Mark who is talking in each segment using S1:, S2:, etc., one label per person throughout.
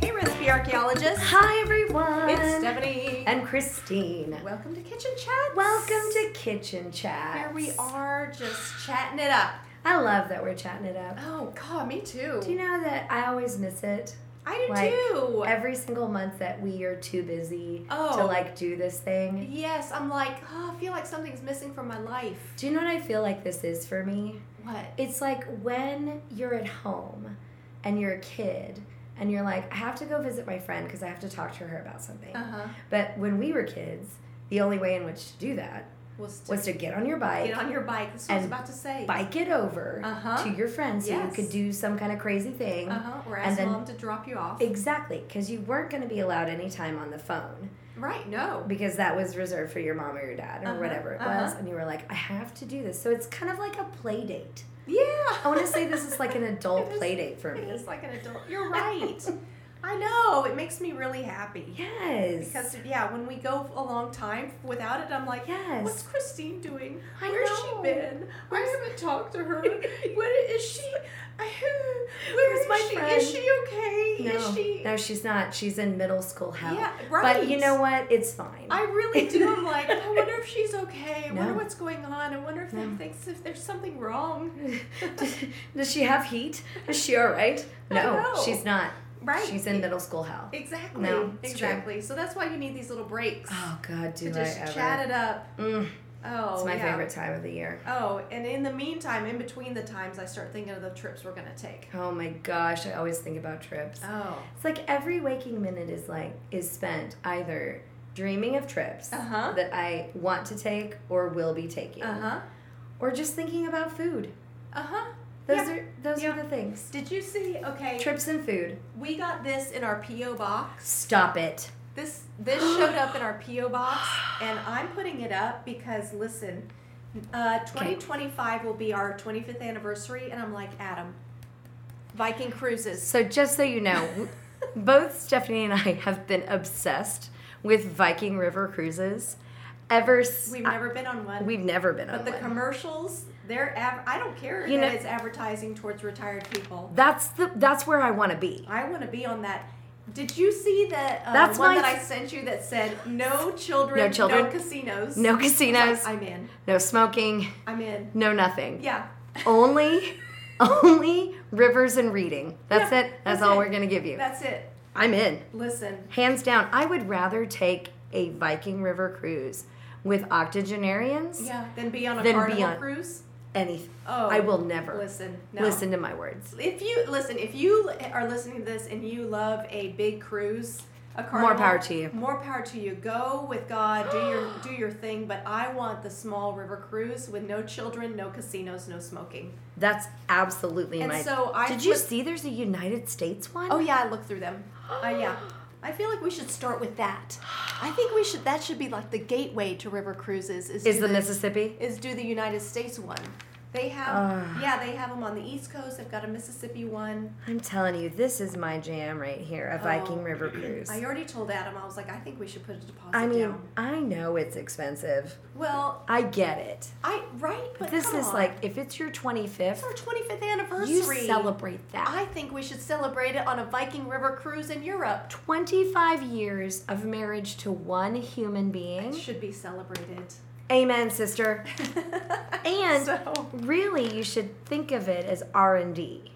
S1: Hey, recipe archaeologists.
S2: Hi everyone.
S1: It's Stephanie.
S2: and Christine.
S1: welcome to Kitchen Chat.
S2: Welcome to Kitchen Chat.
S1: Here we are, just chatting it up.
S2: I love that we're chatting it up.
S1: Oh God, me too.
S2: Do you know that I always miss it?
S1: I do
S2: like,
S1: too.
S2: Every single month that we are too busy to
S1: Oh.
S2: like do this thing.
S1: yes, I'm like, oh, I feel like something's missing from my life.
S2: Do you know what I feel like this is for me?
S1: What?
S2: It's like when you're at home and you're a kid and you're like, I have to go visit my friend because I have to talk to her about something.
S1: Uh huh.
S2: But when we were kids, the only way in which to do that
S1: Was to
S2: was to get on your bike,
S1: get on your bike. That's what I was
S2: and
S1: about to say.
S2: bike it over
S1: Uh-huh.
S2: to your friend so
S1: Yes.
S2: you could do some kind of crazy thing.
S1: Uh huh. Or
S2: and
S1: ask
S2: then-
S1: mom to drop you off.
S2: Exactly, because you weren't going to be allowed any time on the phone
S1: right. No.
S2: because that was reserved for your mom or your dad or
S1: Uh-huh,
S2: whatever it was.
S1: uh-huh.
S2: And you were like, I have to do this. So it's kind of like a play date.
S1: Yeah.
S2: I want to say this is like an adult
S1: It is-
S2: play date for
S1: It
S2: me.
S1: is like an adult. You're right. I know. It makes me really happy.
S2: Yes.
S1: Because yeah, when we go a long time without it, I'm like,
S2: yes.
S1: what's Christine doing?
S2: I
S1: Where's
S2: know.
S1: she been? I haven't talked to her. Where is she? I, where
S2: Where's
S1: is
S2: my
S1: she?
S2: friend?
S1: Is she okay?
S2: no,
S1: Is she?
S2: no, she's not. She's in middle school hell.
S1: yeah, right.
S2: But you know what? It's fine.
S1: I really do. I'm like, I wonder if she's okay. I wonder
S2: No.
S1: what's going on. I wonder if
S2: No.
S1: they thinks if there's something wrong.
S2: does, does she have heat? Is she all right?
S1: I
S2: No,
S1: know.
S2: she's not.
S1: Right.
S2: She's in middle school hell.
S1: Exactly.
S2: No, it's true.
S1: exactly. So that's why you need these little breaks
S2: Oh God, do
S1: to
S2: I
S1: just
S2: ever?
S1: chat it up.
S2: Mm,
S1: Oh,
S2: it's my
S1: yeah.
S2: favorite time of the year.
S1: Oh, and in the meantime, in between the times, I start thinking of the trips we're gonna take.
S2: Oh my gosh, I always think about trips.
S1: Oh.
S2: It's like every waking minute is like is spent either dreaming of trips
S1: Uh huh.
S2: that I want to take or will be taking,
S1: Uh huh.
S2: or just thinking about food.
S1: Uh huh.
S2: Those
S1: Yeah.
S2: are those
S1: Yeah.
S2: are the things.
S1: Did you see? Okay,
S2: Trips and food.
S1: we got this in our PO box.
S2: Stop it.
S1: This this showed up in our PO box, and I'm putting it up because listen, uh, 2025 will be our 25th anniversary, and I'm like Adam, Viking cruises.
S2: So just so you know, both Stephanie and I have been obsessed with Viking River cruises ever since
S1: We've never been on one.
S2: we've never been
S1: but
S2: on
S1: the
S2: one.
S1: commercials, they're av- I don't care
S2: You
S1: that
S2: know-
S1: it's advertising towards retired people.
S2: that's the that's where I want to be.
S1: I want to be on that. Did you see that uh,
S2: That's
S1: one
S2: my-
S1: that I sent you that said no children,
S2: No children.
S1: casinos,
S2: No
S1: I was like,
S2: casinos,
S1: I'm in.
S2: no smoking,
S1: I'm in.
S2: no nothing.
S1: Yeah.
S2: Only only rivers and reading. That's
S1: Yeah,
S2: it. That's,
S1: that's
S2: all
S1: it.
S2: we're going to give you.
S1: That's it.
S2: I'm in.
S1: Listen.
S2: Hands down, I would rather take a Viking River cruise with octogenarians
S1: Yeah. Then be on a
S2: Then be
S1: carnival
S2: on-
S1: cruise.
S2: anything.
S1: Oh.
S2: I will never
S1: Listen. No.
S2: listen to my words.
S1: If you listen, if you are listening to this and you love a big cruise, a carnival,
S2: More power to you.
S1: More power to you. Go with God. Do your do your thing. But I want the small river cruise with no children, no casinos, no smoking.
S2: That's absolutely
S1: And
S2: my
S1: so I
S2: Did you
S1: flipped-
S2: see there's a United States one?
S1: Oh yeah, I looked through them. Uh, yeah. I feel like we should start with that. I think we should. That should be like the gateway to river cruises. Is,
S2: Is
S1: do
S2: the Mississippi?
S1: is do the United States one? They have
S2: Ugh.
S1: yeah, they have them on the East Coast. They've got a Mississippi one.
S2: I'm telling you, this is my jam right here, a Viking
S1: Oh.
S2: River cruise.
S1: I already told Adam. I was like, I think we should put a deposit
S2: I mean,
S1: down.
S2: I know it's expensive.
S1: Well,
S2: I get it.
S1: I right, but
S2: But this
S1: come
S2: is
S1: on.
S2: like if it's your 25th,
S1: It's our 25th anniversary.
S2: you celebrate that.
S1: I think we should celebrate it on a Viking River cruise in Europe.
S2: 25 years of marriage to one human being.
S1: It should be celebrated.
S2: Amen, sister. And
S1: so,
S2: really, you should think of it as R&D.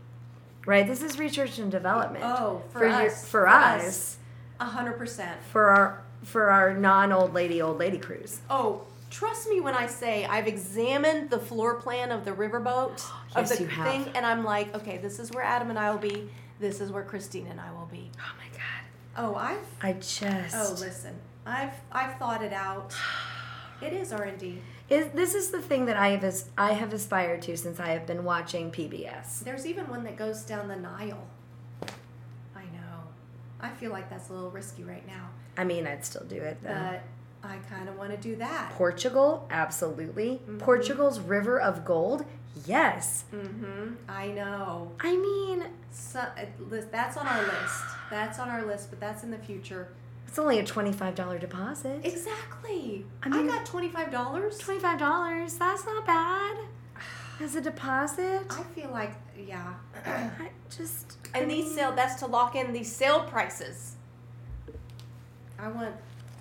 S2: Right? This is research and development.
S1: oh, for,
S2: your-
S1: us,
S2: for us,
S1: a hundred percent.
S2: for our for our non-old lady old lady cruise.
S1: Oh, trust me when I say I've examined the floor plan of the riverboat of
S2: Yes,
S1: the
S2: you have.
S1: thing, and I'm like, okay, this is where Adam and I will be. This is where Christine and I will be.
S2: Oh my god.
S1: Oh, I've
S2: I just
S1: oh listen, I've I've thought it out. It is R and D.
S2: is, this is the thing that I have as I have aspired to since I have been watching PBS.
S1: There's even one that goes down the Nile. I know. I feel like that's a little risky right now,
S2: I mean, I'd still do it though.
S1: but I kind of want to do that.
S2: mm-hmm. Portugal, absolutely. Portugal's River of Gold, yes.
S1: Mm-hmm. I know.
S2: I mean,
S1: So, uh, lis- that's on our list. That's on our list, but that's in the future.
S2: it's only a $25 deposit.
S1: Exactly.
S2: I
S1: I,
S2: mean-
S1: got twenty five dollars.
S2: $25, that's not bad as a deposit.
S1: I feel like yeah.
S2: I just. I
S1: And these
S2: mean,
S1: sale that's to lock in these sale prices. I want.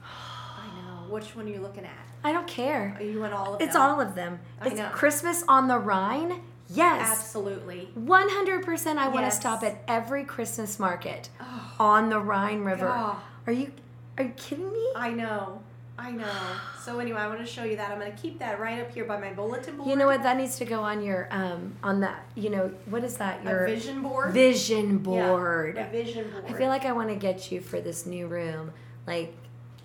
S1: I know. Which one are you looking at?
S2: I don't care.
S1: You want all of
S2: It's
S1: them?
S2: all of them.
S1: I
S2: It's
S1: know.
S2: Christmas on the Rhine. Yes.
S1: Absolutely.
S2: 100% I want to
S1: Yes.
S2: stop at every Christmas market
S1: Oh,
S2: on the Rhine River.
S1: God.
S2: Are you are you kidding me?
S1: I know. I know. So anyway, I want to show you that. I'm going to keep that right up here by my bulletin board.
S2: You know what? That needs to go on your um on that. You know what is that? Your
S1: a vision board.
S2: vision
S1: Yeah,
S2: board.
S1: a vision board.
S2: I feel like I want to get you for this new room like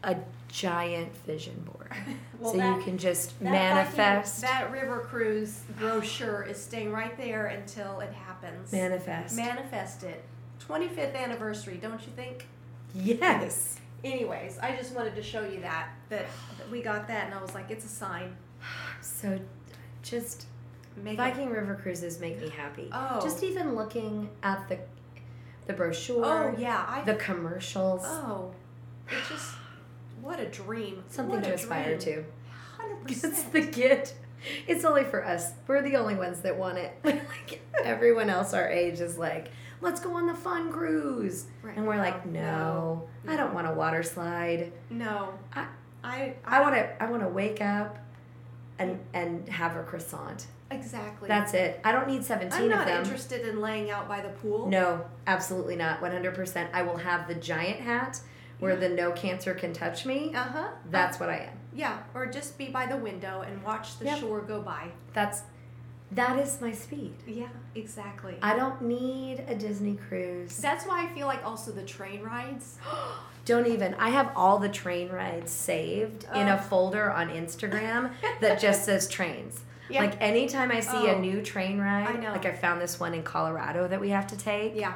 S2: a giant vision board,
S1: Well,
S2: so
S1: that-
S2: you can just
S1: that
S2: manifest.
S1: Viking- that river cruise brochure is staying right there until it happens.
S2: manifest.
S1: Manifest it. 25th anniversary, don't you think?
S2: yes.
S1: Anyways, I just wanted to show you that that, that we got that, and I was like, it's a sign.
S2: So, just
S1: Make it.
S2: Viking River cruises make me happy.
S1: Oh.
S2: Just even looking at the the brochure,
S1: Oh yeah, I.
S2: the commercials,
S1: oh, it just what a dream.
S2: something
S1: What
S2: to
S1: a
S2: aspire
S1: dream.
S2: to.
S1: 100%.
S2: It's the gift. It's only for us. We're the only ones that want it. like everyone else our age is like, let's go on the fun cruise,
S1: Right.
S2: and we're like, no,
S1: Oh, no,
S2: I don't
S1: no.
S2: want a water slide.
S1: No.
S2: I-
S1: I,
S2: I want to. I want to wake up. And, and have a croissant.
S1: exactly.
S2: That's it. I don't need 17
S1: I'm
S2: of
S1: not
S2: them.
S1: interested in laying out by the pool.
S2: No, absolutely not. 100%. I will have the giant hat where the no cancer can touch me.
S1: Uh huh.
S2: That's what I am.
S1: Yeah, or just be by the window and watch the
S2: Yep.
S1: shore go by.
S2: That's that is my speed.
S1: Yeah, exactly.
S2: I don't need a Disney cruise.
S1: That's why I feel like also the train rides.
S2: Don't even. I have all the train rides saved in a
S1: Oh.
S2: folder on Instagram that just says trains.
S1: Yeah.
S2: Like anytime I see a
S1: Oh.
S2: new train ride,
S1: I know.
S2: like I found this one in Colorado that we have to take.
S1: Yeah.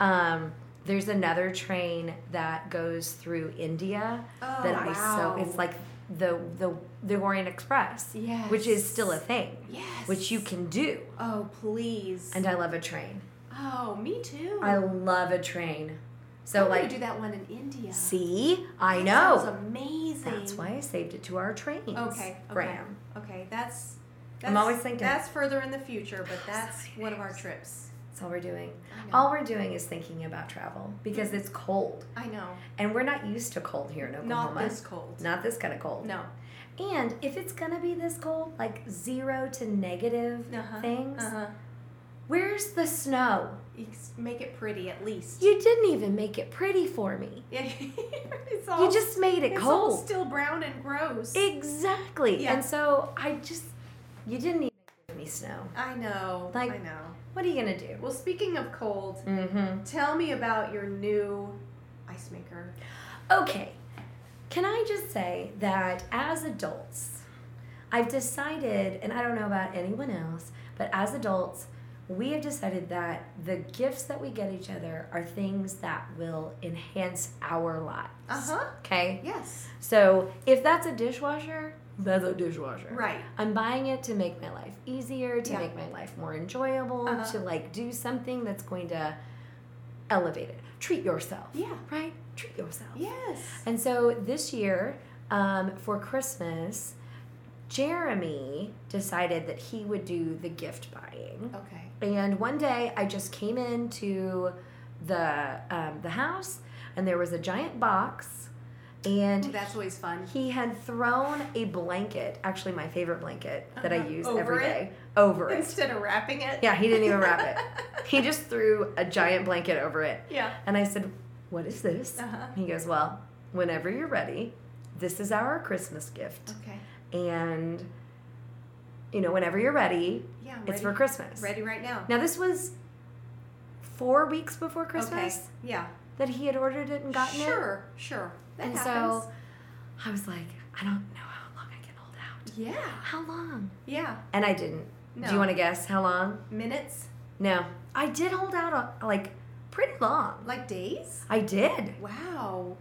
S2: Um, there's another train that goes through India
S1: Oh,
S2: that I
S1: wow.
S2: so it's like the the the Orient Express,
S1: yes.
S2: which is still a thing,
S1: yes.
S2: which you can do.
S1: Oh please.
S2: And I love a train.
S1: oh, me too.
S2: I love a train.
S1: I
S2: So
S1: wanna
S2: like,
S1: do that one in India.
S2: see, I
S1: That
S2: know.
S1: Sounds amazing.
S2: That's why I saved it to our trains.
S1: Okay, okay.
S2: Graham.
S1: Okay, that's.
S2: I'm
S1: that's
S2: always thinking-
S1: That's further in the future, but that's
S2: many
S1: one of our
S2: names.
S1: trips.
S2: That's all we're doing.
S1: I know.
S2: All we're doing is thinking about travel because it's cold,
S1: I know.
S2: and we're not used to cold here in Oklahoma.
S1: Not this cold.
S2: Not this kind of cold.
S1: No.
S2: And if it's gonna be this cold, like zero to negative
S1: Uh-huh,
S2: things,
S1: Uh huh.
S2: where's the snow?
S1: Make it pretty at least.
S2: You didn't even make it pretty for me.
S1: Yeah. it's all.
S2: You just made it
S1: it's all
S2: cold.
S1: still brown and gross.
S2: Exactly.
S1: Yeah.
S2: And so I just, you didn't even give me snow.
S1: I know.
S2: Like-
S1: I know.
S2: What are you gonna do?
S1: Well, speaking of cold,
S2: Mm-hmm.
S1: tell me about your new ice maker.
S2: Okay. Can I just say that as adults, I've decided, and I don't know about anyone else, but as adults, we have decided that the gifts that we get each other are things that will enhance our lives.
S1: Uh-huh.
S2: Okay.
S1: Yes.
S2: So if that's a dishwasher, that's a dishwasher.
S1: Right.
S2: I'm buying it to make my life easier, to
S1: Yeah.
S2: make my life more enjoyable,
S1: Uh-huh.
S2: to like do something that's going to elevate it. Treat yourself.
S1: Yeah.
S2: Right? Treat yourself.
S1: Yes.
S2: And so this year, um, for Christmas, Jeremy decided that he would do the gift buying.
S1: Okay.
S2: And one day I just came into the um, the house and there was a giant box and
S1: Ooh, that's always fun.
S2: he had thrown a blanket, actually my favorite blanket that I
S1: Uh-huh.
S2: use
S1: Over
S2: every
S1: it?
S2: day, over it.
S1: Instead of wrapping it.
S2: Yeah, he didn't even wrap it. He just threw a giant blanket over it.
S1: Yeah.
S2: And I said, What is this?
S1: Uh huh.
S2: He goes, Well, whenever you're ready, this is our Christmas gift.
S1: Okay.
S2: And, you know, whenever you're ready,
S1: Yeah. I'm
S2: it's for
S1: ready.
S2: Christmas.
S1: ready right now.
S2: Now, this was four weeks before Christmas
S1: Okay. Yeah.
S2: that he had ordered it and gotten it.
S1: sure. Sure. That
S2: And
S1: happens.
S2: so I was like, I don't know how long I can hold out.
S1: Yeah.
S2: How long?
S1: Yeah.
S2: And I didn't.
S1: No.
S2: Do you want to guess how long?
S1: minutes?
S2: No. I did hold out, uh, like, pretty long.
S1: Like days?
S2: I did.
S1: Wow.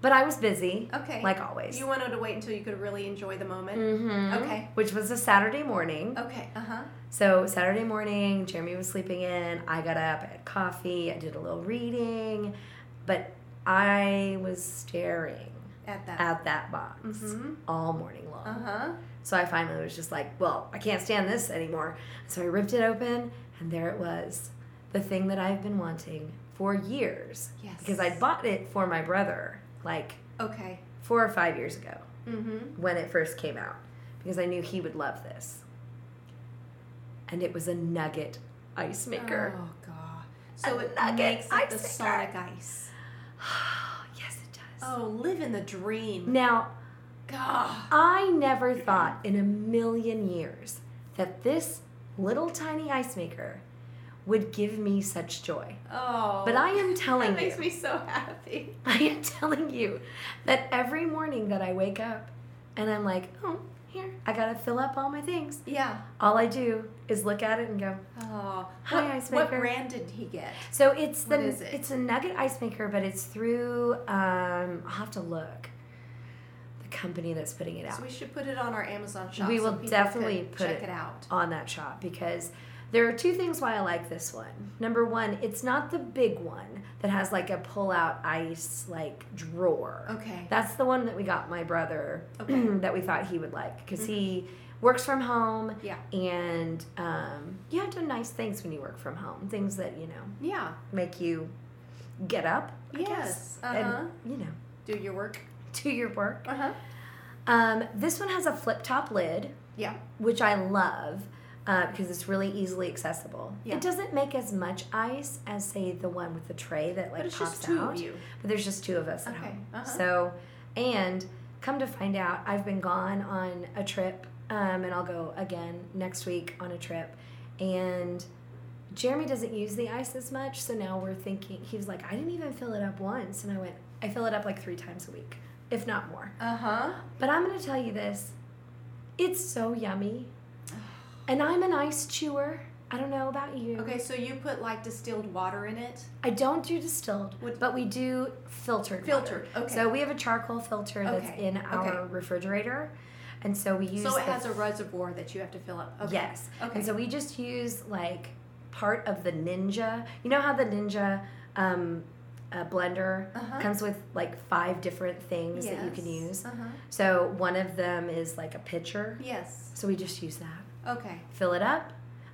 S2: But I was busy,
S1: Okay.
S2: like always.
S1: you wanted to wait until you could really enjoy the moment.
S2: Mm-hmm.
S1: Okay.
S2: Which was a Saturday morning.
S1: Okay. Uh huh.
S2: So Saturday morning, Jeremy was sleeping in. I got up, I had coffee, I did a little reading, but I was staring
S1: At that.
S2: at that box
S1: Mm-hmm.
S2: all morning long.
S1: Uh huh.
S2: So I finally was just like, well, I can't stand this anymore. So I ripped it open, and there it was the thing that I've been wanting for years
S1: Yes.
S2: because I bought it for my brother like
S1: Okay.
S2: four or five years ago
S1: Mm-hmm.
S2: when it first came out because I knew he would love this. And it was a nugget ice maker.
S1: Oh god. So
S2: A
S1: it
S2: nugget
S1: makes it
S2: ice
S1: the
S2: maker.
S1: Sonic Ice.
S2: yes, it does.
S1: Oh, live in the dream.
S2: Now,
S1: God.
S2: I never thought in a million years that this little tiny ice maker would give me such joy.
S1: Oh.
S2: But I am telling
S1: That makes
S2: you,
S1: me so happy.
S2: I am telling you that every morning that I wake up and I'm like, oh, here, I gotta fill up all my things.
S1: Yeah.
S2: All I do is look at it and go,
S1: Oh.
S2: Hi,
S1: what,
S2: ice
S1: What
S2: maker.
S1: brand did he get?
S2: So it's the
S1: What is it?
S2: it's a nugget ice maker, but it's through um I'll have to look the company that's putting it out
S1: So we should put it on our Amazon shop.
S2: We
S1: so
S2: will
S1: people
S2: definitely
S1: could
S2: put
S1: check
S2: it-
S1: it, out.
S2: on that shop because there are two things why I like this one. Number one, it's not the big one that has like a pull out ice like drawer.
S1: Okay.
S2: That's the one that we got my brother
S1: Okay. Mm-hmm.
S2: that we thought he would like because he works from home
S1: Yeah.
S2: and um, you have to do nice things when you work from home things that you know
S1: Yeah.
S2: make you get up I guess,
S1: Yes. Uh huh.
S2: and you know
S1: Do your work.
S2: do your work.
S1: Uh huh.
S2: Um, this one has a flip top lid,
S1: Yeah.
S2: which I love uh, because it's really easily accessible.
S1: Yeah.
S2: It doesn't make as much ice as say the one with the tray that like
S1: but it's
S2: pops
S1: just two
S2: out.
S1: of you.
S2: But there's just two of us at
S1: Okay,
S2: home.
S1: uh-huh.
S2: So, and come to find out, I've been gone on a trip, um, and I'll go again next week on a trip, and. Jeremy doesn't use the ice as much, so now we're thinking he was like, I didn't even fill it up once, and I went, I fill it up like three times a week, if not more.
S1: Uh huh.
S2: But I'm going to tell you this it's so yummy. And I'm an ice chewer. I don't know about you.
S1: Okay, so you put like distilled water in it.
S2: I don't do distilled,
S1: What-
S2: but we do filtered. water.
S1: Filtered. Okay.
S2: So we have a charcoal filter that's
S1: Okay,
S2: in our refrigerator. And so we use
S1: So it
S2: the-
S1: has a reservoir that you have to fill up. Okay.
S2: Yes.
S1: Okay.
S2: And so we just use like part of the Ninja. You know how the Ninja um, uh, blender
S1: Uh-huh.
S2: comes with like five different things that you can use?
S1: Uh huh.
S2: So one of them is like a pitcher.
S1: Yes.
S2: So we just use that.
S1: Okay.
S2: fill it up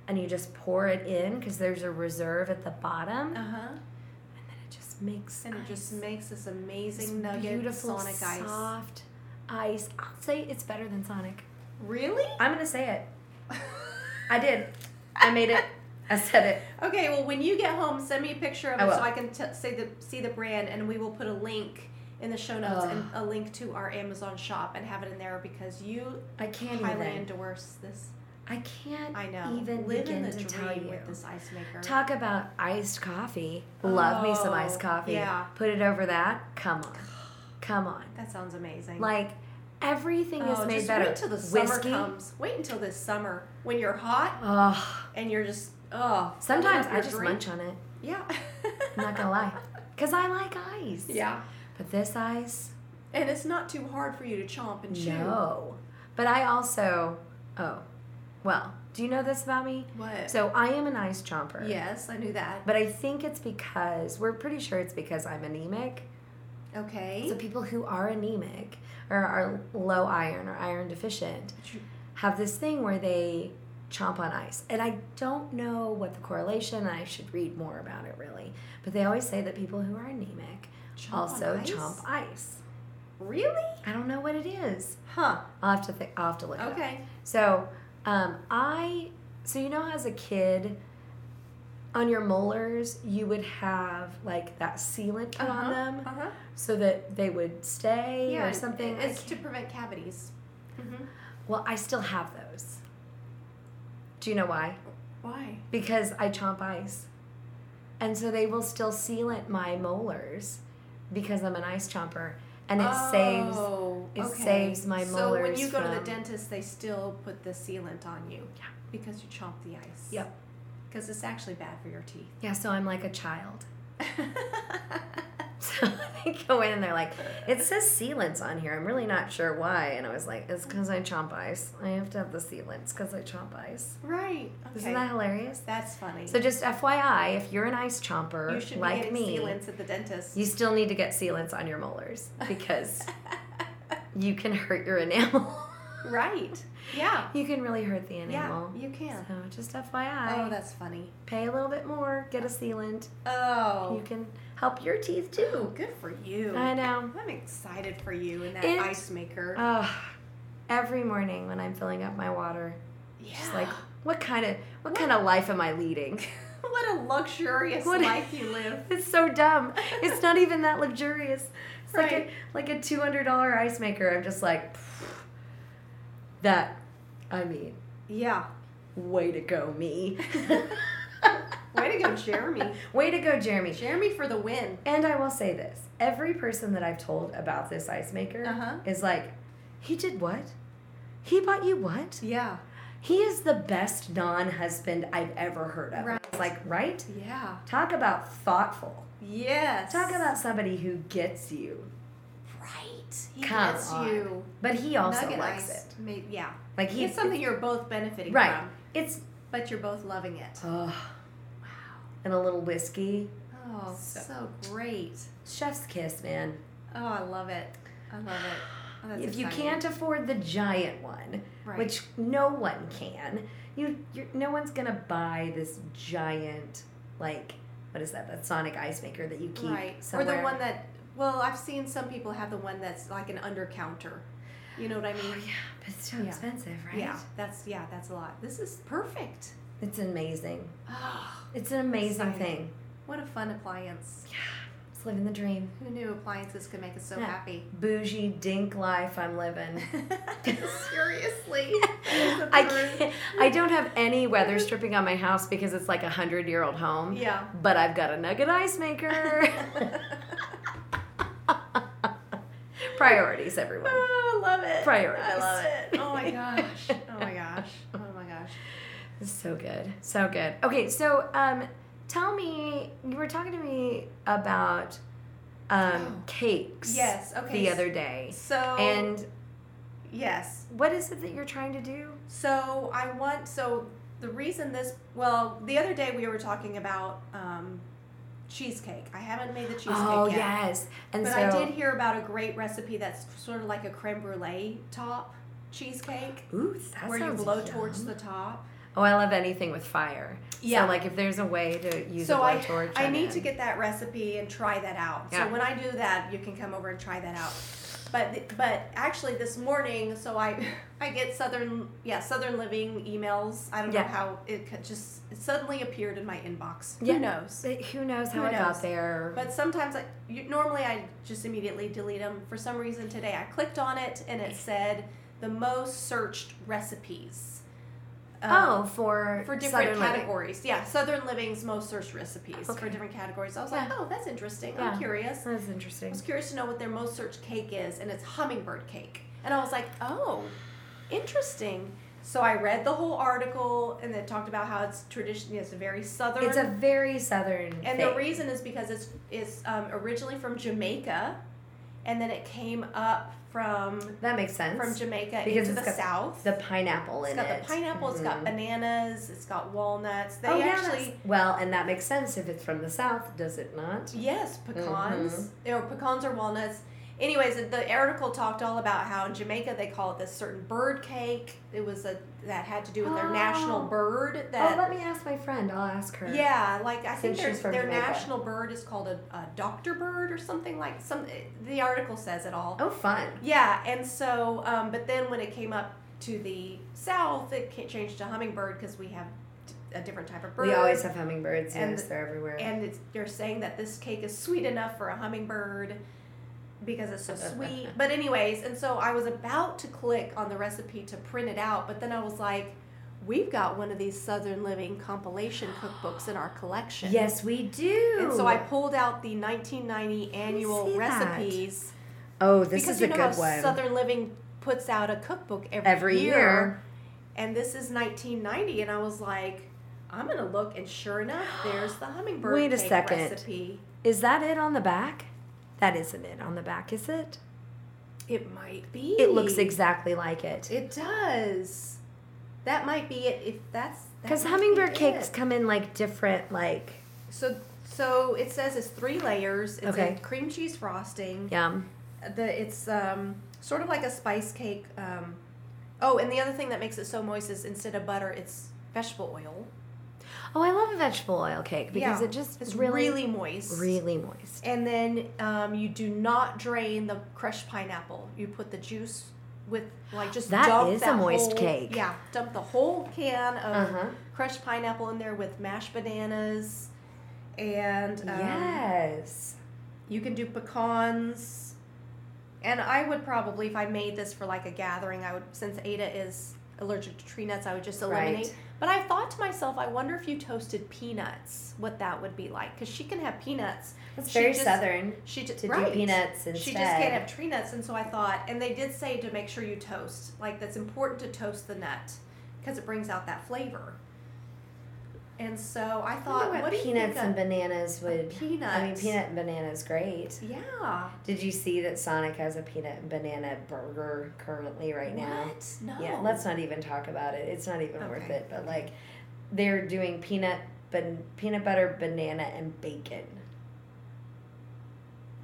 S2: and you just pour it in because there's a reserve at the bottom
S1: Uh huh.
S2: and then it just makes
S1: And it just
S2: Uh-huh. ice.
S1: makes this
S2: This
S1: amazing nugget
S2: beautiful
S1: Sonic ice.
S2: soft ice i'll say it's better than sonic
S1: Really?
S2: i'm gonna say it i did i made it i said it
S1: Okay. Well, when you get home, send me a picture of
S2: I
S1: it so
S2: will.
S1: I can t- say the see the brand, and we will put a link in the show notes and a link to our Amazon shop and have it in there because you
S2: i can't
S1: highly
S2: even
S1: endorse this.
S2: i can't
S1: I know.
S2: even
S1: Live in
S2: begin
S1: the
S2: to
S1: dream
S2: tell you
S1: with this ice maker.
S2: talk about iced coffee love me some
S1: Oh,
S2: iced coffee
S1: yeah.
S2: put it over that come on come on
S1: that sounds amazing.
S2: like everything is
S1: Oh,
S2: made
S1: just
S2: better
S1: Wait until the summer
S2: Whiskey,
S1: comes. Wait until this summer when you're hot
S2: oh
S1: and you're just oh. filling
S2: Sometimes
S1: up
S2: I
S1: your
S2: just
S1: drink.
S2: munch on it.
S1: Yeah.
S2: I'm not gonna lie, because I like ice.
S1: Yeah.
S2: But this ice,
S1: And it's not too hard for you to chomp and chew.
S2: no. But I also, oh, well, do you know this about me?
S1: What?
S2: So I am an ice chomper.
S1: yes, I knew that.
S2: But I think it's because we're pretty sure it's because I'm anemic.
S1: Okay.
S2: So people who are anemic or are low iron or iron deficient have this thing where they chomp on ice. And I don't know what the correlation, I should read more about it really. But they always say that people who are anemic
S1: Chomp on
S2: also
S1: ice?
S2: chomp ice.
S1: Really?
S2: I don't know what it is.
S1: Huh.
S2: I'll have to think. I'll have to look. It up.
S1: Okay.
S2: So, um, I so you know how as a kid, on your molars you would have like that sealant put on
S1: Uh-huh.
S2: them
S1: huh.
S2: so that they would stay or something. I
S1: It's
S2: can't-
S1: to prevent cavities. Mm-hmm.
S2: well, I still have those. Do you know why?
S1: Why?
S2: Because I chomp ice, and so they will still sealant my molars because I'm an ice chomper, and it saves
S1: Oh,
S2: it
S1: okay.
S2: saves my
S1: So when
S2: molars
S1: you go to the
S2: from-
S1: dentist, they still put the sealant on you.
S2: Yeah.
S1: Because you chomp the ice.
S2: Yep.
S1: Because it's actually bad for your teeth.
S2: Yeah, so I'm like a child. So I go in and they're like, it says sealants on here. I'm really not sure why. And I was like, it's because I chomp ice. I have to have the sealants because I chomp ice.
S1: Right.
S2: Isn't
S1: Okay.
S2: that hilarious?
S1: That's funny.
S2: So just FYI, if you're an ice chomper
S1: you should be
S2: like
S1: getting
S2: me,
S1: sealants at the dentist.
S2: you still need to get sealants on your molars because you can hurt your enamel.
S1: right. Yeah.
S2: you can really hurt the
S1: Yeah.
S2: enamel.
S1: You can.
S2: So just FYI,
S1: Oh, that's funny.
S2: pay a little bit more, get a sealant. You
S1: Oh.
S2: can help your teeth too.
S1: Good for you.
S2: I know.
S1: I'm excited for you and that
S2: It-
S1: ice maker.
S2: Oh, every morning when I'm filling up my water,
S1: yeah.
S2: just like what kind of what, kind of life am I leading?
S1: what a luxurious
S2: What-
S1: life you live.
S2: It's so dumb. It's not even that luxurious. It's
S1: Right.
S2: like a like a two hundred dollar ice maker. I'm just like pfft. that. I mean,
S1: Yeah.
S2: way to go, me.
S1: Way to go, Jeremy.
S2: way to go, Jeremy.
S1: Jeremy for the win.
S2: And I will say this: every person that I've told about this ice maker
S1: Uh-huh.
S2: is like, he did what? He bought you what?
S1: Yeah.
S2: He is the best non-husband I've ever heard of.
S1: Right.
S2: It's like, right?
S1: Yeah.
S2: Talk about thoughtful.
S1: Yes.
S2: Talk about somebody who gets you.
S1: right. He
S2: Come
S1: gets
S2: on.
S1: you.
S2: But he also
S1: nugget
S2: likes
S1: ice.
S2: it.
S1: Ma- yeah.
S2: Like he,
S1: it's something you're both benefiting
S2: Right.
S1: from,
S2: It's
S1: but you're both loving it.
S2: oh, wow. And a little whiskey.
S1: Oh, so,
S2: So-
S1: great.
S2: Chef's kiss, man.
S1: Oh, I love it. I love it. Oh, that's
S2: if you
S1: exciting.
S2: can't afford the giant one,
S1: right.
S2: which no one can, you you're, no one's gonna buy this giant like what is that? That Sonic ice maker that you keep
S1: right,
S2: somewhere.
S1: or the one that well, I've seen some people have the one that's like an under counter. You know what I mean?
S2: Oh yeah, but it's so
S1: Yeah.
S2: expensive, right?
S1: Yeah, that's yeah, that's a lot. This is perfect.
S2: It's amazing.
S1: Oh,
S2: It's an amazing
S1: Exciting.
S2: thing.
S1: what a fun appliance!
S2: It's living the dream.
S1: Who knew appliances could make us so
S2: Yeah.
S1: happy?
S2: Bougie dink life I'm living.
S1: Seriously,
S2: I can't, I don't have any weather stripping on my house because it's like a hundred year old home.
S1: Yeah.
S2: But I've got a nugget ice maker. Priorities, everyone.
S1: Oh, love it.
S2: Priorities.
S1: I love it. Oh my gosh. Oh my gosh. Oh my gosh.
S2: So good. So good. Okay, so um tell me you were talking to me about um
S1: Oh.
S2: cakes
S1: Yes. Okay.
S2: the other day.
S1: So
S2: And
S1: yes.
S2: what is it that you're trying to do?
S1: So I want. So the reason this. Well, the other day we were talking about um, cheesecake. I haven't made the cheesecake
S2: oh
S1: yet.
S2: yes. And
S1: But
S2: so
S1: I did hear about a great recipe that's sort of like a creme brulee top cheesecake,
S2: Ooh, that
S1: where you
S2: sounds
S1: blow
S2: yum.
S1: torch the top.
S2: Oh, I love anything with fire.
S1: Yeah.
S2: So like if there's a way to use
S1: so
S2: a
S1: I,
S2: blowtorch.
S1: I
S2: I'm
S1: need
S2: in.
S1: to get that recipe and try that out.
S2: Yeah.
S1: So when I do that, you can come over and try that out. But but actually this morning, so I I get Southern yeah Southern Living emails. I don't
S2: Yeah.
S1: know how it could just it suddenly appeared in my inbox.
S2: Yeah.
S1: Who knows?
S2: But who knows how
S1: Who
S2: I
S1: knows?
S2: got there?
S1: But sometimes I you, normally I just immediately delete them. For some reason today I clicked on it and it said the most searched recipes. Um,
S2: oh, for
S1: for different
S2: Southern living.
S1: categories. Yeah, Southern Living's most searched recipes for
S2: Okay.
S1: different categories. I was like,
S2: Yeah.
S1: oh, that's interesting. I'm
S2: Yeah.
S1: curious.
S2: That's
S1: I
S2: interesting.
S1: was curious to know what their most searched cake is, and it's hummingbird cake. And I was like, oh, interesting. So I read the whole article, and it talked about how it's tradition. It's very southern.
S2: It's a very southern.
S1: and
S2: thing.
S1: the reason is because it's it's um, originally from Jamaica, and then it came up from
S2: that makes sense.
S1: from Jamaica
S2: Because
S1: into
S2: it's
S1: the
S2: got
S1: south.
S2: the pineapple
S1: it's
S2: in
S1: got
S2: it.
S1: the pineapple. It's got
S2: Mhm.
S1: bananas. It's got walnuts. They
S2: oh, yeah,
S1: actually.
S2: that's- well, and that makes sense if it's from the south, does it not?
S1: Yes,
S2: Mm-hmm.
S1: pecans. Or pecans or walnuts. Anyways, the article talked all about how in Jamaica they call it this certain bird cake. It was a that had to do with their national
S2: Oh.
S1: bird. That
S2: oh, let me ask my friend. I'll ask her.
S1: yeah, like I think
S2: Since
S1: their,
S2: she's from
S1: their
S2: Jamaica.
S1: national bird is called a, a doctor bird or something like some. The article says it all.
S2: Oh, fun.
S1: Yeah, and so um, but then when it came up to the south, it ca- changed to hummingbird because we have d- a different type of bird.
S2: We always have hummingbirds.
S1: And-
S2: yes, they're everywhere.
S1: and it's, they're saying that this cake is sweet enough for a hummingbird because it's so sweet. But anyways, and so I was about to click on the recipe to print it out, but then I was like, we've got one of these Southern Living compilation cookbooks in our collection.
S2: yes, we do.
S1: And so I pulled out the 1990 annual
S2: see that.
S1: recipes
S2: Oh, this
S1: because
S2: is
S1: you
S2: a
S1: know
S2: good
S1: how
S2: one.
S1: Southern Living puts out a cookbook every,
S2: Every year.
S1: and this is 1990 and i was like i'm gonna look and sure enough there's the hummingbird
S2: Wait a
S1: cake
S2: second.
S1: recipe
S2: Is that it on the back? That isn't it on the back, is it?
S1: It might be.
S2: It looks exactly like it.
S1: It does. That might be it. If that's that
S2: Because
S1: might
S2: hummingbird
S1: be
S2: cakes
S1: it.
S2: come in like different, like
S1: So so it says it's three layers. It's
S2: Okay.
S1: a cream cheese frosting.
S2: yum.
S1: The it's um sort of like a spice cake. Um, oh, and the other thing that makes it so moist is instead of butter, it's vegetable oil.
S2: Oh, I love a vegetable oil cake because
S1: Yeah,
S2: it just
S1: It's
S2: is
S1: really,
S2: really,
S1: moist.
S2: really moist.
S1: And then um, you do not drain the crushed pineapple. You put the juice with like just
S2: That
S1: dump
S2: is a
S1: that
S2: moist
S1: whole-
S2: cake.
S1: Yeah, dump the whole can of
S2: Uh huh.
S1: crushed pineapple in there with mashed bananas, and um,
S2: yes.
S1: you can do pecans. And I would probably, if I made this for like a gathering, I would since Ada is allergic to tree nuts, I would just eliminate.
S2: Right.
S1: But I thought to myself, I wonder if you toasted peanuts, what that would be like, because she can have peanuts.
S2: It's
S1: She
S2: very
S1: just-
S2: southern
S1: She just
S2: to do peanuts instead.
S1: she just can't have tree nuts, and so I thought, and they did say to make sure you toast. Like that's important to toast the nut because it brings out that flavor. And so I
S2: I wonder
S1: thought,
S2: what,
S1: what, do you
S2: peanuts and
S1: think
S2: bananas
S1: of
S2: would.
S1: peanuts?
S2: I mean, peanut and banana is great.
S1: Yeah.
S2: Did you see that Sonic has a peanut and banana burger currently right now?
S1: What? No.
S2: Yeah, let's not even talk about it. It's not even worth
S1: Okay.
S2: it. But like, they're doing peanut, ban- peanut butter, banana, and bacon.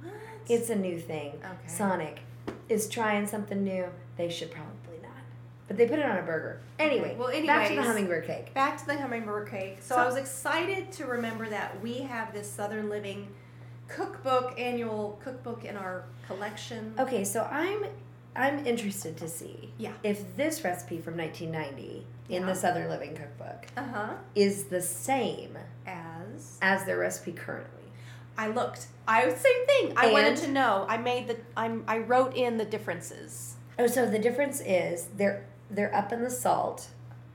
S1: What?
S2: It's a new thing.
S1: okay.
S2: Sonic is trying something new. They should probably not, but they put it on a burger anyway.
S1: Well, anyways,
S2: back to the hummingbird cake.
S1: Back to the hummingbird cake. So,
S2: So-
S1: I was excited to remember that we have this Southern Living cookbook, annual cookbook in our collection.
S2: Okay, so I'm I'm interested to see
S1: Yeah.
S2: if this recipe from 1990 in
S1: Yeah.
S2: the Southern Living Cookbook
S1: Uh huh.
S2: is the same
S1: As
S2: as their recipe currently.
S1: I looked. I same thing. I wanted
S2: And?
S1: to know. I made the. I'm. I wrote in the differences.
S2: Oh, so the difference is they're they're up in the salt.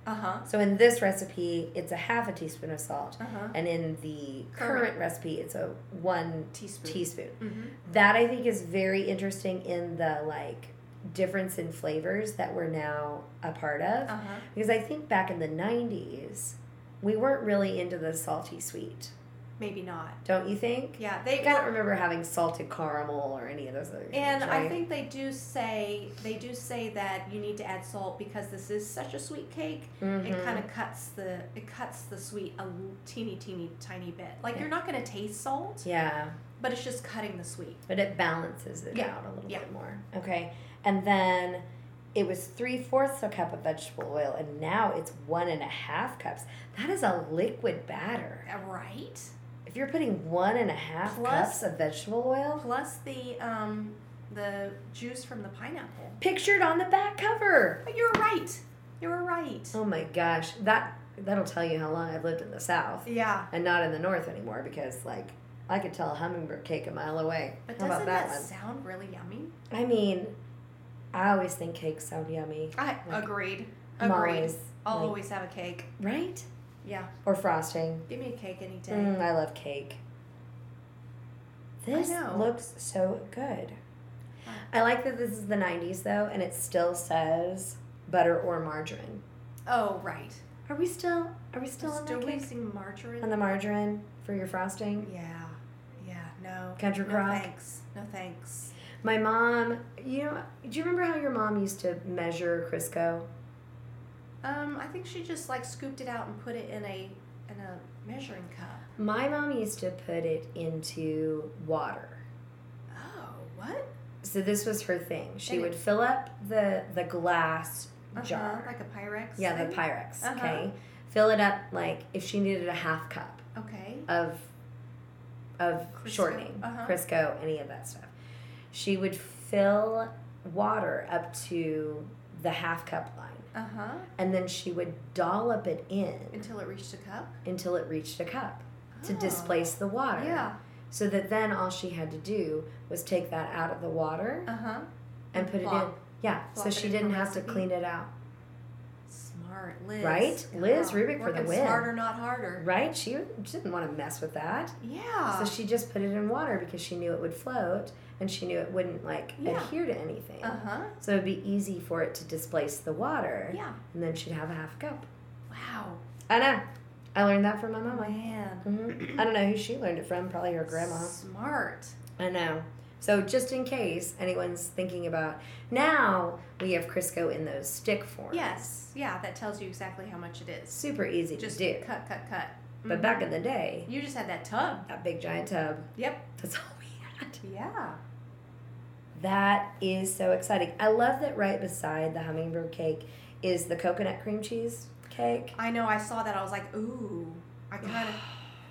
S1: Uh huh.
S2: So in this recipe, it's a half a teaspoon of salt,
S1: Uh huh.
S2: and in the current,
S1: Current.
S2: recipe, it's a one
S1: Teaspoon.
S2: teaspoon.
S1: Mm-hmm.
S2: That I think is very interesting in the like difference in flavors that we're now a part of.
S1: Uh huh.
S2: Because I think back in the 90s, we weren't really into the salty sweet,
S1: Maybe not.
S2: don't you think?
S1: Yeah. They
S2: I don't remember having salted caramel or any of those other things.
S1: And I
S2: right?
S1: think they do say they do say that you need to add salt because this is such a sweet cake. It
S2: Mhm.
S1: kind of cuts the it cuts the sweet a l- teeny teeny tiny bit. Like
S2: Yeah.
S1: you're not going to taste salt,
S2: Mm-hmm. Yeah,
S1: but it's just cutting the sweet.
S2: but it balances it
S1: Yeah,
S2: out a little
S1: yeah.
S2: bit more. Okay. And then it was three fourths a cup of vegetable oil, and now it's one and a half cups. That is a liquid batter.
S1: Uh, Right.
S2: If you're putting one and a half
S1: Plus-
S2: cups of vegetable oil,
S1: Plus the um the juice from the pineapple.
S2: pictured on the back cover.
S1: But you're right. You were right.
S2: Oh my gosh, that that'll tell you how long I've lived in the South.
S1: Yeah.
S2: and not in the north anymore because like I could tell a hummingbird cake a mile away.
S1: But
S2: How
S1: doesn't
S2: about that,
S1: that,
S2: one?
S1: sound really yummy?
S2: I mean, I always think cakes sound yummy.
S1: I
S2: Like-
S1: agreed.
S2: I'm
S1: Agreed.
S2: always
S1: I'll
S2: like-
S1: always have a cake.
S2: right
S1: Yeah.
S2: or frosting.
S1: Give me a cake any day.
S2: Mm, I love cake. This
S1: know.
S2: looks so good.
S1: Wow.
S2: I like that this is the '90s though, and it still says butter or margarine.
S1: Oh right.
S2: Are we still? Are we still on
S1: Still
S2: that cake?
S1: using margarine.
S2: On the margarine for your frosting?
S1: Yeah, yeah, no.
S2: Country
S1: no
S2: crock.
S1: thanks. No thanks.
S2: My mom, you know, do you remember how your mom used to measure Crisco?
S1: Um, I think she just like scooped it out and put it in a in a measuring cup.
S2: My mom used to put it into water.
S1: Oh, what?
S2: So this was her thing. She
S1: And it-
S2: would fill up the the glass
S1: Uh-huh,
S2: jar.
S1: like a Pyrex.
S2: yeah, the
S1: thing?
S2: Pyrex.
S1: Uh-huh.
S2: Okay. Fill it up like if she needed a half cup
S1: Okay.
S2: of of
S1: Crisco,
S2: shortening,
S1: uh-huh.
S2: Crisco, any of that stuff. She would fill water up to the half cup line.
S1: Uh huh.
S2: And then she would dollop it in
S1: Until it reached a cup.
S2: until it reached a cup to
S1: Oh.
S2: displace the water.
S1: Yeah.
S2: so that then all she had to do was take that out of the water
S1: Uh huh.
S2: and put it in.
S1: Plop.
S2: Yeah, so
S1: Plop
S2: she
S1: it in
S2: didn't
S1: her
S2: have to
S1: recipe.
S2: clean it out,
S1: Smart, Liz.
S2: Right? Liz Rubik for the
S1: working
S2: win.
S1: Smarter, not harder.
S2: right? She w- she didn't want to mess with that,
S1: Yeah.
S2: so she just put it in water because she knew it would float and she knew it wouldn't like
S1: Yeah.
S2: adhere to anything.
S1: uh huh.
S2: So it'd be easy for it to displace the water,
S1: Yeah.
S2: and then she'd have a half cup.
S1: Wow.
S2: I know. I learned that from my mama. Mm-hmm.
S1: Man.
S2: hmm I don't know who she learned it from. Probably her grandma.
S1: Smart.
S2: I know. So just in case anyone's thinking about now, we have Crisco in those stick forms.
S1: Yes, yeah, that tells you exactly how much it is.
S2: Super easy
S1: Just
S2: to do.
S1: cut, cut, cut.
S2: But
S1: Mhm.
S2: back in the day,
S1: you just had that tub.
S2: that big giant tub.
S1: Yep.
S2: That's all we had.
S1: Yeah.
S2: That is so exciting. I love that right beside the hummingbird cake is the coconut cream cheese cake.
S1: I know. I saw that. I was like, ooh. I kind of.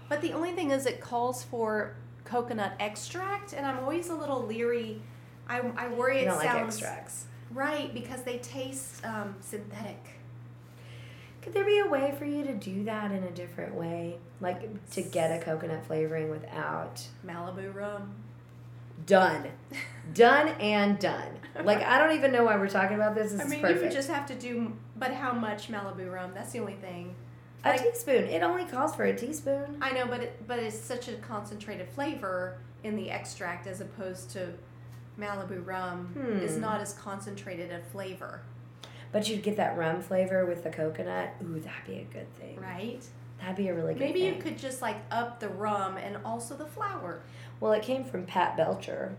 S1: But the only thing is, it calls for coconut extract, and I'm always a little leery. I, I worry
S2: I
S1: it
S2: don't like
S1: sounds
S2: extracts.
S1: right because they taste um, synthetic.
S2: Could there be a way for you to do that in a different way? Like to get a coconut flavoring without
S1: Malibu rum.
S2: done. Done and done. Like I don't even know why we're talking about this. This
S1: I mean,
S2: is
S1: you would
S2: perfect.
S1: just have to do. But how much Malibu rum? That's the only thing.
S2: a
S1: like-
S2: teaspoon. It only calls for a teaspoon.
S1: I know, but it, but it's such a concentrated flavor in the extract as opposed to Malibu rum is
S2: Hmm.
S1: not as concentrated a flavor,
S2: But you'd get that rum flavor with the coconut. Ooh, that'd be a good thing.
S1: right?
S2: That'd be a really good
S1: Maybe
S2: thing.
S1: you could just like up the rum and also the flour.
S2: Well, it came from Pat Belcher.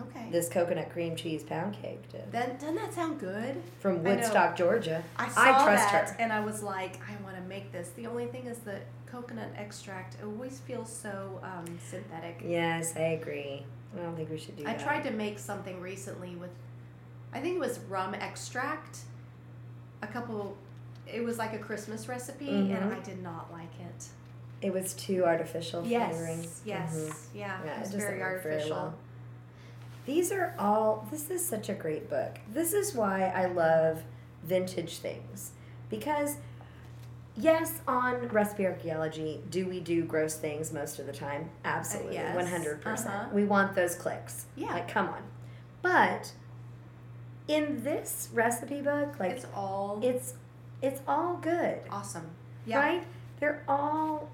S1: Okay.
S2: This coconut cream cheese pound cake did
S1: then doesn't that sound good? I
S2: from
S1: know.
S2: Woodstock, Georgia.
S1: I saw
S2: trust
S1: that
S2: her.
S1: and I was like, I want to make this. The only thing is the coconut extract always feels so um, synthetic.
S2: Yes, I agree. I don't think we should do
S1: I
S2: that.
S1: tried to make something recently with, I think it was rum extract. A couple, it was like a Christmas recipe, and
S2: Mhm.
S1: I did not like it.
S2: It was too artificial flavoring.
S1: Yes, yes,
S2: Mhm.
S1: yeah,
S2: Yeah, it
S1: it was
S2: doesn't
S1: very
S2: work very
S1: artificial.
S2: well. These are all, this is such a great book. This is why I love vintage things. Because, yes, on recipe archaeology, do we do gross things most of the time? Absolutely.
S1: Uh, yes.
S2: 100%.
S1: Uh-huh.
S2: We want those clicks.
S1: Yeah,
S2: Like, come on. But in this recipe book, like,
S1: it's all
S2: it's it's all good
S1: awesome. Yeah,
S2: right they're all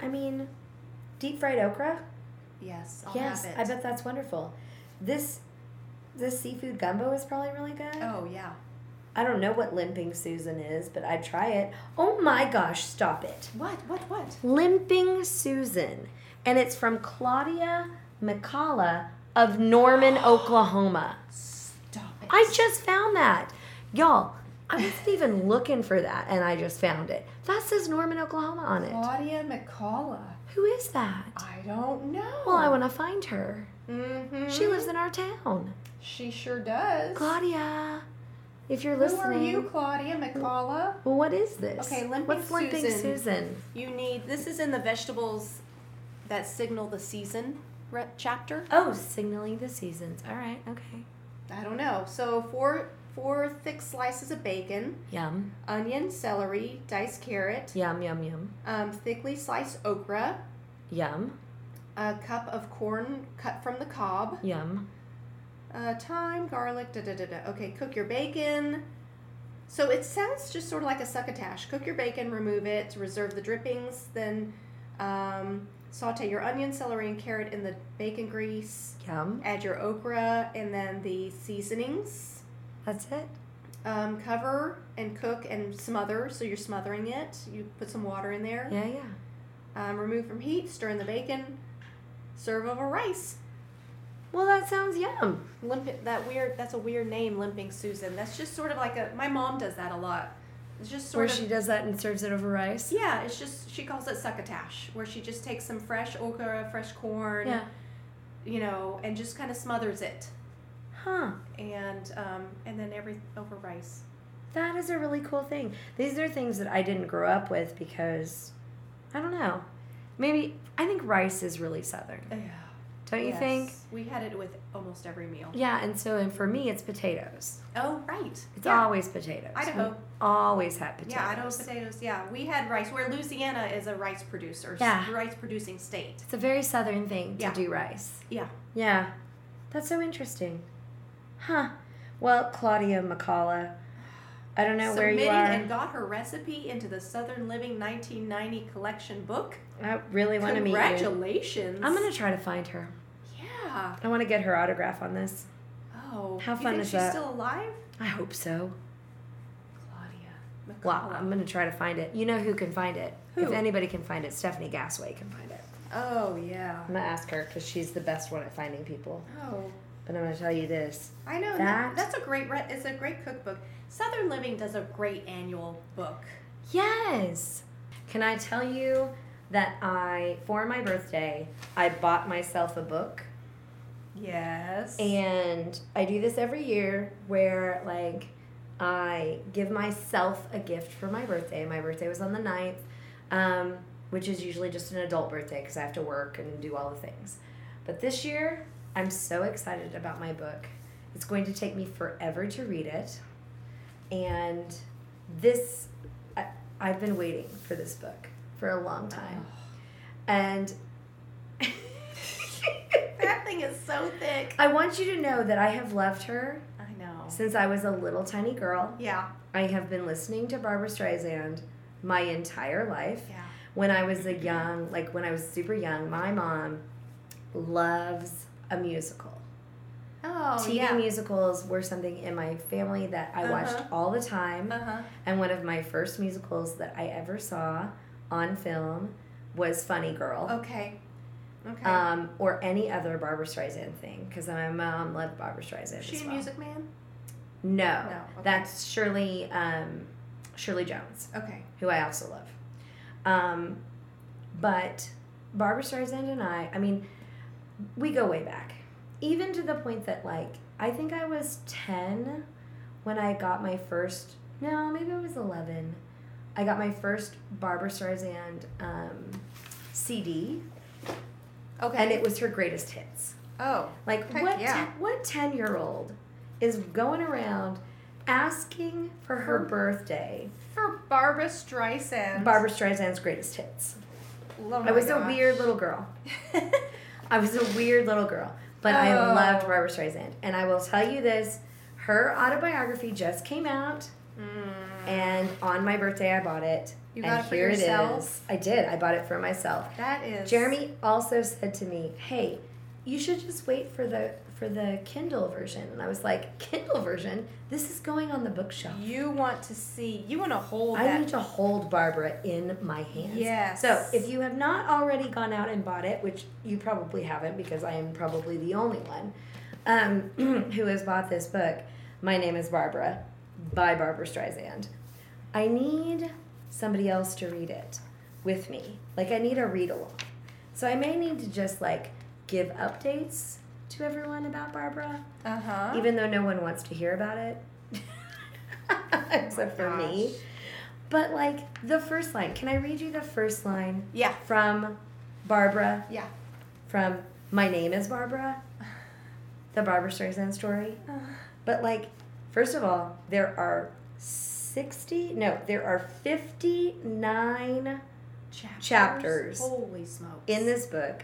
S2: i mean deep fried okra
S1: yes, I'll
S2: yes
S1: have it.
S2: i bet that's wonderful this this seafood gumbo is probably really good
S1: Oh yeah,
S2: i don't know what limping susan is but i'd try it oh my gosh stop it
S1: what, what, what?
S2: limping susan and it's from claudia mccalla of norman oklahoma
S1: Stop it!
S2: I just found that. Y'all, I wasn't even looking for that and I just found it. That says Norman, Oklahoma on it.
S1: Claudia McCalla.
S2: Who is that?
S1: I don't know.
S2: Well, I want to find her.
S1: Mm-hmm.
S2: She lives in our town.
S1: She sure does.
S2: Claudia, if you're
S1: Who are
S2: listening.
S1: you, Claudia McCalla?
S2: Well, what is this?
S1: Okay, Limping
S2: What's Limping
S1: Susan.
S2: Susan?
S1: You need this is in the vegetables that signal the season re- chapter.
S2: Oh, signaling the seasons. All right, okay.
S1: I don't know. So four four thick slices of bacon,
S2: Yum,
S1: onion, celery, diced carrot,
S2: yum, yum, yum,
S1: um, thickly sliced okra,
S2: yum,
S1: a cup of corn cut from the cob,
S2: yum.
S1: uh, thyme, garlic, da da da da. Okay, cook your bacon. So it sounds just sort of like a succotash. Cook your bacon, remove it, reserve the drippings, then um, saute your onion, celery, and carrot in the bacon grease.
S2: Yum.
S1: add your okra and then the seasonings
S2: That's it.
S1: um, cover and cook and smother so you're smothering it you put some water in there
S2: Yeah, yeah.
S1: um, remove from heat stir in the bacon serve over rice
S2: Well, that sounds yum.
S1: Limp- that weird that's a weird name limping susan that's just sort of like a my mom does that a lot it's just
S2: Where
S1: sort
S2: she
S1: of
S2: does that and serves it over rice.
S1: yeah it's just she calls it succotash where she just takes some fresh okra fresh corn
S2: Yeah.
S1: you know and just kind of smothers it
S2: Huh.
S1: and um, and then every over rice
S2: That is a really cool thing. These are things that I didn't grow up with because I don't know. Maybe I think rice is really southern.
S1: yeah
S2: Don't you think?
S1: Yes, We had it with almost every meal.
S2: Yeah, and so and for me it's potatoes.
S1: Oh, right.
S2: It's
S1: yeah.
S2: always potatoes.
S1: Idaho.
S2: We always had potatoes.
S1: Yeah, Idaho potatoes. Yeah, we had rice. Where Louisiana is a rice producer, s-
S2: Yeah.
S1: rice producing state.
S2: It's a very southern thing to
S1: Yeah.
S2: do rice.
S1: Yeah.
S2: Yeah. That's so interesting. Huh. Well, Claudia McCalla. I don't know where
S1: Submitted
S2: you are.
S1: and got her recipe into the Southern Living 1990 collection book.
S2: I really want to meet you.
S1: Congratulations!
S2: I'm gonna try to find her.
S1: Yeah.
S2: I want to get her autograph on this.
S1: Oh.
S2: How
S1: you
S2: fun
S1: think
S2: is
S1: she's
S2: that?
S1: still alive?
S2: I hope so.
S1: Claudia. McCullough.
S2: Well, I'm going to try to find it. You know who can find it?
S1: Who?
S2: If anybody can find it, Stephanie Gasway can find it.
S1: Oh yeah.
S2: I'm gonna ask her because she's the best one at finding people.
S1: Oh,
S2: But I'm gonna tell you this.
S1: I know that,
S2: That-
S1: that's a great. Re- it's a great cookbook. Southern Living does a great annual book.
S2: Yes. Can I tell you that I, for my birthday, I bought myself a book,
S1: Yes.
S2: and I do this every year where like I give myself a gift for my birthday. My birthday was on the 9th, um, which is usually just an adult birthday because I have to work and do all the things. But this year, I'm so excited about my book. It's going to take me forever to read it. And this, I, I've been waiting for this book for a long time.
S1: Oh,
S2: And
S1: that thing is so thick.
S2: I want you to know that I have loved her
S1: I know.
S2: since I was a little tiny girl.
S1: Yeah.
S2: I have been listening to Barbara Streisand my entire life.
S1: Yeah.
S2: When I was a young, like when I was super young, my mom loves a musical.
S1: Oh
S2: TV
S1: yeah.
S2: musicals were something in my family that I watched
S1: Uh-huh.
S2: all the time.
S1: Uh huh.
S2: And one of my first musicals that I ever saw on film was Funny Girl.
S1: Okay. Okay.
S2: Um, or any other Barbara Streisand thing, because my mom loved Barbara Streisand.
S1: is she
S2: as
S1: a
S2: well.
S1: music man?
S2: No,
S1: No, okay.
S2: that's Shirley um, Shirley Jones.
S1: Okay.
S2: who I also love. Um, but Barbara Streisand and I, I mean, we go way back. Even to the point that, like, I think I was 10 when I got my first, no, maybe I was 11. I got my first Barbara Streisand um, CD,
S1: Okay.
S2: and it was her greatest hits.
S1: oh.
S2: Like,
S1: Heck
S2: what,
S1: yeah.
S2: ten, what 10 year old is going around asking for her
S1: For-
S2: birthday
S1: For Barbara Streisand.
S2: Barbara Streisand's greatest hits?
S1: Oh my
S2: I was a
S1: gosh.
S2: weird little girl. I was a weird little girl, but I
S1: Oh.
S2: loved Barbara Streisand. And I will tell you this her autobiography just came out,
S1: Mm.
S2: and on my birthday, I bought it.
S1: You
S2: and
S1: got it for yourself?
S2: I did. I bought it for myself.
S1: That is.
S2: Jeremy also said to me, "Hey, you should just wait for the for the Kindle version." And I was like, "Kindle version? This is going on the bookshelf.
S1: You want to see. You want to hold
S2: I
S1: that.
S2: need to hold Barbara in my hands."
S1: Yes.
S2: So, if you have not already gone out and bought it, which you probably haven't because I am probably the only one um, who has bought this book, My Name is Barbara by Barbara Streisand. I need somebody else to read it with me. Like, I need a read along. So, I may need to just like give updates to everyone about Barbara,
S1: Uh huh.
S2: even though no one wants to hear about it
S1: Oh
S2: except for me. But, like, the first line, can I read you the first line?
S1: Yeah.
S2: from Barbara,
S1: Yeah.
S2: from My Name is Barbara, the Barbara Streisand story.
S1: Uh.
S2: But, like, first of all, there are 60, no, there are 59
S1: Chapters.
S2: Chapters.
S1: Holy smokes.
S2: in this book.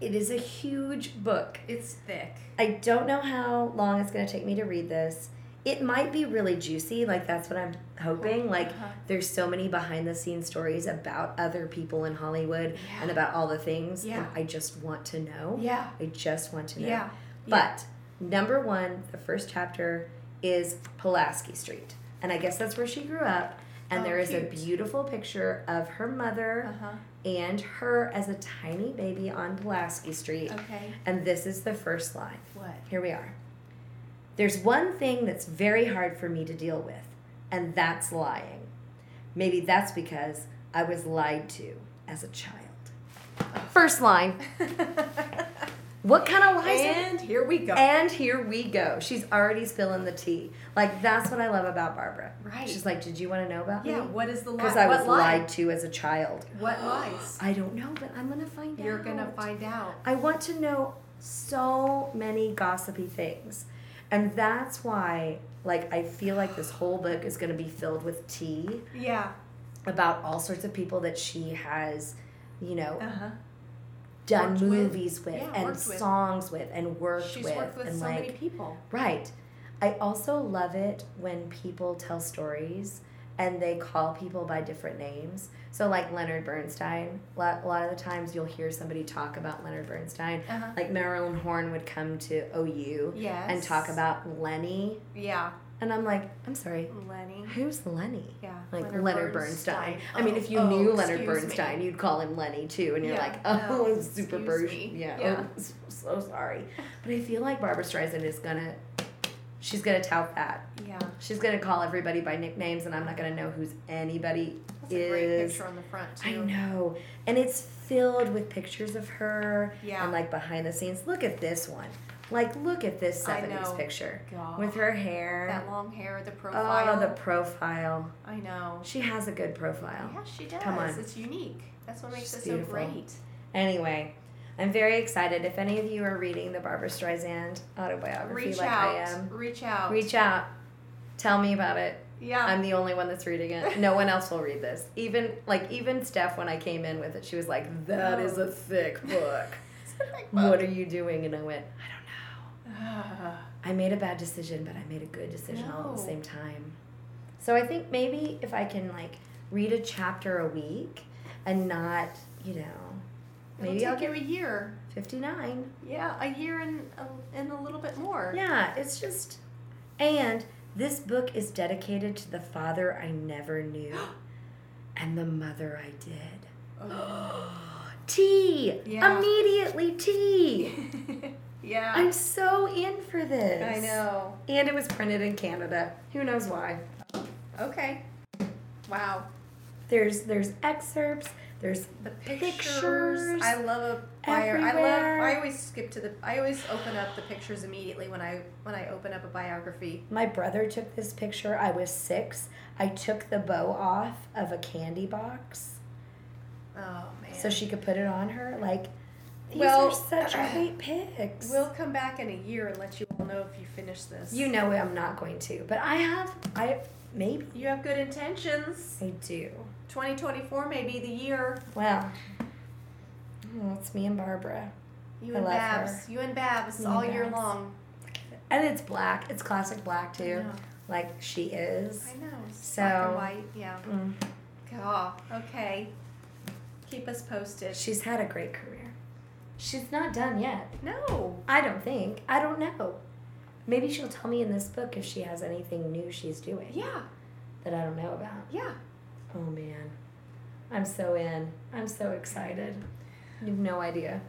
S2: It is a huge book.
S1: It's thick.
S2: I don't know how long it's going to take me to read this. It might be really juicy, like, that's what I'm hoping. Like,
S1: Uh-huh.
S2: there's so many behind the scenes stories about other people in Hollywood
S1: Yeah.
S2: and about all the things.
S1: Yeah.
S2: And I just want to know.
S1: Yeah.
S2: I just want to know.
S1: Yeah.
S2: But number one, the first chapter is Pulaski Street. And I guess that's where she grew up. And
S1: Oh,
S2: there is
S1: cute.
S2: a beautiful picture of her
S1: Uh
S2: mother
S1: huh.
S2: and her as a tiny baby on Pulaski Street.
S1: Okay.
S2: And this is the first line.
S1: What?
S2: Here we are. There's one thing that's very hard for me to deal with, and that's lying. Maybe that's because I was lied to as a child. First line. What kind of lies? are-
S1: and here we go.
S2: And here we go. She's already spilling the tea. Like that's what I love about Barbara.
S1: Right.
S2: She's like, "Did you want to know about
S1: yeah.
S2: me?
S1: What is the lie?
S2: Because I
S1: what
S2: was
S1: lie?
S2: lied to as a child.
S1: What lies?
S2: I don't know, but I'm gonna find out.
S1: You're gonna find out.
S2: I want to know so many gossipy things. And that's why like I feel like this whole book is going to be filled with tea
S1: Yeah.
S2: about all sorts of people that she has, you know,
S1: Uh huh.
S2: done
S1: Worked with.
S2: movies with,
S1: Yeah,
S2: and
S1: worked with.
S2: songs with and worked
S1: She's
S2: with
S1: worked with
S2: and
S1: so
S2: like
S1: many people.
S2: right. I also love it when people tell stories and they call people by different names. So like Leonard Bernstein, lo- a lot of the times you'll hear somebody talk about Leonard Bernstein
S1: Uh huh.
S2: like Marilyn Horn would come to OU
S1: Yes.
S2: and talk about Lenny
S1: Yeah.
S2: And I'm like, I'm sorry,
S1: Lenny.
S2: who's Lenny?
S1: Yeah.
S2: Like Leonard, Bernstein. I mean,
S1: Oh,
S2: if you
S1: oh,
S2: knew Leonard
S1: excuse me.
S2: Bernstein, you'd call him Lenny too, and you're
S1: Yeah,
S2: like, oh,
S1: no,
S2: it's super
S1: excuse me.
S2: Bernstein. Yeah,
S1: Yeah.
S2: oh, s- so sorry. But I feel like Barbara Streisand is gonna, she's gonna tout that.
S1: Yeah.
S2: She's gonna call everybody by nicknames, and I'm not gonna know who's anybody
S1: That's a great
S2: is.
S1: picture on the front too.
S2: I know, and it's filled with pictures of her
S1: Yeah.
S2: and like behind the scenes. Look at this one. Like, look at this
S1: I
S2: '70s
S1: know.
S2: picture
S1: God.
S2: with her hair.
S1: that long hair, the profile.
S2: Oh, the profile.
S1: I know.
S2: She has a good profile.
S1: Yeah, she does.
S2: Come on.
S1: It's unique. That's what makes
S2: She's
S1: it so
S2: beautiful.
S1: great.
S2: Anyway, I'm very excited. If any of you are reading the Barbara Streisand autobiography,
S1: Reach
S2: like
S1: out.
S2: I am,
S1: Reach out.
S2: reach out. Tell me about it.
S1: Yeah.
S2: I'm the only one that's reading it. No one else will read this. Even like even Steph, when I came in with it, she was like, "That
S1: Oh.
S2: is a thick book. what are you doing?" And I went, "I don't know. I made a bad decision, but I made a good decision all at the
S1: No.
S2: same time." So I think maybe if I can like read a chapter a week and not, you know, maybe
S1: It'll
S2: I'll
S1: take
S2: get
S1: you a year.
S2: 59.
S1: Yeah, a year and a, and a little bit more.
S2: Yeah, it's just. And this book is dedicated to the father I never knew and the mother I did.
S1: Oh.
S2: Tea!
S1: Yeah.
S2: Immediately tea!
S1: yeah.
S2: I'm so in for this.
S1: I know.
S2: And it was printed in Canada. Who knows why?
S1: Okay. Wow.
S2: There's there's excerpts, there's
S1: The
S2: Pictures
S1: I love a bio. I
S2: everywhere.
S1: love. I always skip to the. I always open up the pictures immediately when I when I open up a biography.
S2: My brother took this picture. I was 6. I took the bow off of a candy box.
S1: Oh man.
S2: so she could put it on her. Like, these
S1: Well,
S2: are such great pics.
S1: We'll come back in a year and let you all know if you finish this.
S2: you know I'm not going to, but I have. I maybe
S1: You have good intentions.
S2: I do.
S1: 2024 may be the year.
S2: Well, oh, it's me and Barbara,
S1: You
S2: I
S1: and
S2: love
S1: Babs. You and Babs
S2: Me and
S1: all year
S2: Babs.
S1: long.
S2: and it's black. It's classic black too,
S1: Yeah.
S2: like she is.
S1: I know. it's
S2: So-
S1: black and white. Yeah.
S2: Mm.
S1: God. Okay. Keep us posted.
S2: She's had a great career. She's not done yet.
S1: No.
S2: I don't think. I don't know. Maybe she'll tell me in this book if she has anything new she's doing
S1: Yeah.
S2: that I don't know about.
S1: Yeah.
S2: Oh man, I'm so in. I'm so excited. You have no idea.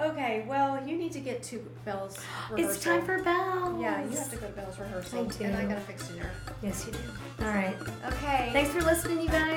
S1: Okay. Well, you need to get to Belle's rehearsal.
S2: It's time for bells.
S1: Yeah, you have to go to Belle's rehearsal.
S2: I do.
S1: And I gotta fix dinner.
S2: Yes, you do. All right.
S1: Okay.
S2: Thanks for listening, you guys.